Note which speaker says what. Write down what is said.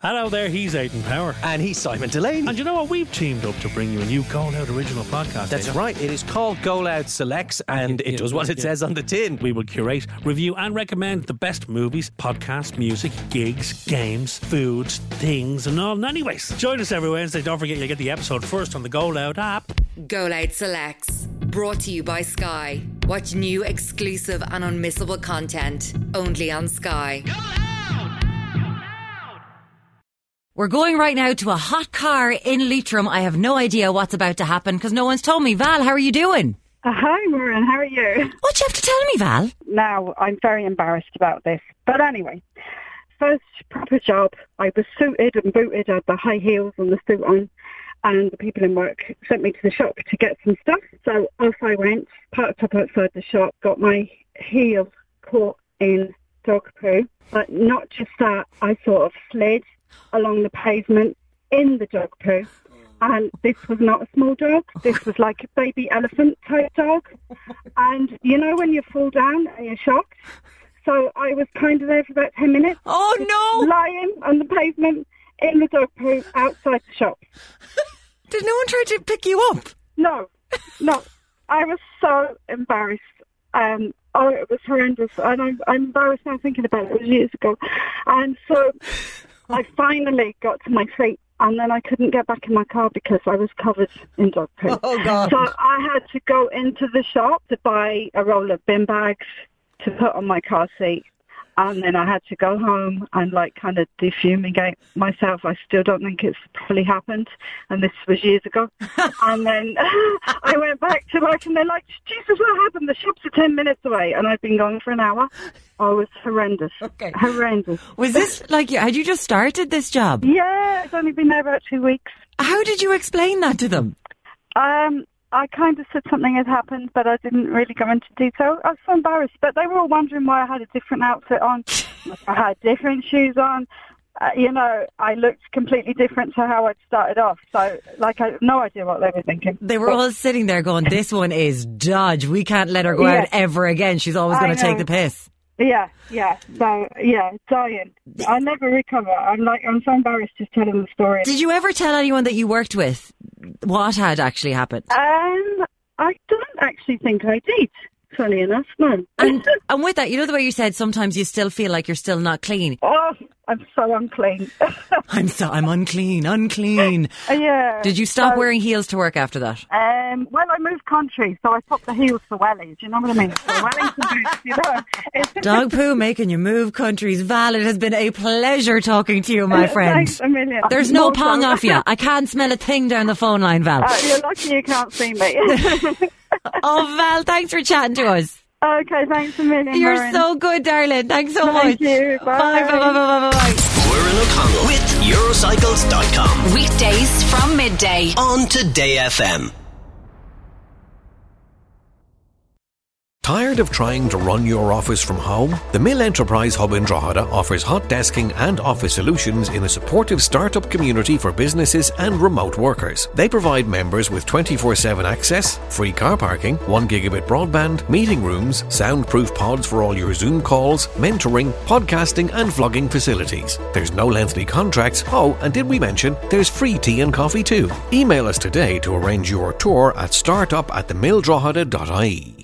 Speaker 1: Hello oh, there, he's Aiden Power.
Speaker 2: And he's Simon Delaney.
Speaker 1: And you know what? We've teamed up to bring you a new Goal Out original podcast.
Speaker 2: That's
Speaker 1: Aidan.
Speaker 2: right. It is called Goal Out Selects, and
Speaker 1: Yeah,
Speaker 2: it does
Speaker 1: yeah,
Speaker 2: what it
Speaker 1: yeah.
Speaker 2: says on the tin.
Speaker 1: We will curate, review, and recommend the best movies, podcasts, music, gigs, games, foods, things, and all. And anyways, join us every Wednesday. Don't forget, you'll get the episode first on the Goal Out app.
Speaker 3: Go Loud Selects, brought to you by Sky. Watch new, exclusive, and unmissable content only on Sky.
Speaker 4: We're going right now to a hot car in Leitrim. I have no idea what's about to happen because no one's told me. Val, how are you doing?
Speaker 5: Uh, Hi, Maureen. How are you?
Speaker 4: What you have to tell me, Val?
Speaker 5: Now, I'm very embarrassed about this. But anyway, first proper job. I was suited and booted. I had the high heels and the suit on. And the people in work sent me to the shop to get some stuff. So off I went, parked up outside the shop, got my heel caught in dog poo. But not just that, I sort of slid along the pavement in the dog poo. And this was not a small dog. This was like a baby elephant type dog. And you know when you fall down and you're shocked? So I was kind of there for about 10 minutes,
Speaker 4: Oh no!
Speaker 5: lying on the pavement in the dog poo outside the shop.
Speaker 4: Did no one try to pick you up?
Speaker 5: No, no. I was so embarrassed. Um, oh, it was horrendous. And I'm, I'm embarrassed now thinking about it. It was years ago. And so I finally got to my feet. And then I couldn't get back in my car because I was covered in dog poo.
Speaker 2: Oh, God.
Speaker 5: So I had to go into the shop to buy a roll of bin bags to put on my car seat. And then I had to go home and like kind of defumigate myself. I still don't think it's probably happened. And this was years ago. and then I went back to work and they're like, Jesus, what happened? The shops are 10 minutes away. And I've been gone for an hour. I was horrendous.
Speaker 4: Okay.
Speaker 5: Horrendous.
Speaker 4: Was this like you- had you just started this job?
Speaker 5: Yeah, it's only been there about two weeks.
Speaker 4: How did you explain that to them?
Speaker 5: Um, I kind of said something had happened, but I didn't really go into detail. I was so embarrassed, but they were all wondering why I had a different outfit on. I had different shoes on. Uh, you know, I looked completely different to how I'd started off. So, like, I have no idea what they were thinking.
Speaker 4: They were all sitting there going, "This one is dodge. We can't let her go out
Speaker 5: Yeah.
Speaker 4: ever again. She's always
Speaker 5: I
Speaker 4: going to take the
Speaker 5: know.
Speaker 4: piss."
Speaker 5: Yeah, yeah. So, yeah, dying. I never recover. I'm like, I'm so embarrassed just telling the story.
Speaker 4: Did you ever tell anyone that you worked with what had actually happened?
Speaker 5: Um, I don't actually think I did. Funny enough, no.
Speaker 4: And, and with that, you know the way you said sometimes you still feel like you're still not clean.
Speaker 5: oh, I'm so unclean.
Speaker 4: I'm so I'm unclean, unclean.
Speaker 5: yeah.
Speaker 4: Did you stop
Speaker 5: So-
Speaker 4: wearing heels to work after that?
Speaker 5: Um, well, I moved country, so I swapped the heels for wellies. You know what I mean? So wellies and boots, you know. It's just
Speaker 4: Dog poo making you move countries. Val, it has been a pleasure talking to you, my friend.
Speaker 5: Thanks a million.
Speaker 4: There's no
Speaker 5: Also-
Speaker 4: pong off you. I can't smell a thing down the phone line, Val.
Speaker 5: Uh, you're lucky you can't see me.
Speaker 4: Oh, Val, thanks for chatting to us.
Speaker 5: okay, thanks a million.
Speaker 4: You're
Speaker 5: Maureen.
Speaker 4: so good, darling. Thanks so much.
Speaker 5: Thank you.
Speaker 4: Bye, bye, bye, bye, bye, bye.
Speaker 6: Moira O'Connell with Eurocycles.com
Speaker 3: Weekdays from midday.
Speaker 6: on Today FM.
Speaker 7: Tired of trying to run your office from home? The Mill Enterprise Hub in Drogheda offers hot desking and office solutions in a supportive startup community for businesses and remote workers. They provide members with 24 7 access, free car parking, 1 gigabit broadband, meeting rooms, soundproof pods for all your Zoom calls, mentoring, podcasting, and vlogging facilities. There's no lengthy contracts. Oh, and did we mention there's free tea and coffee too? Email us today to arrange your tour at startup at themilldrogheda.ie.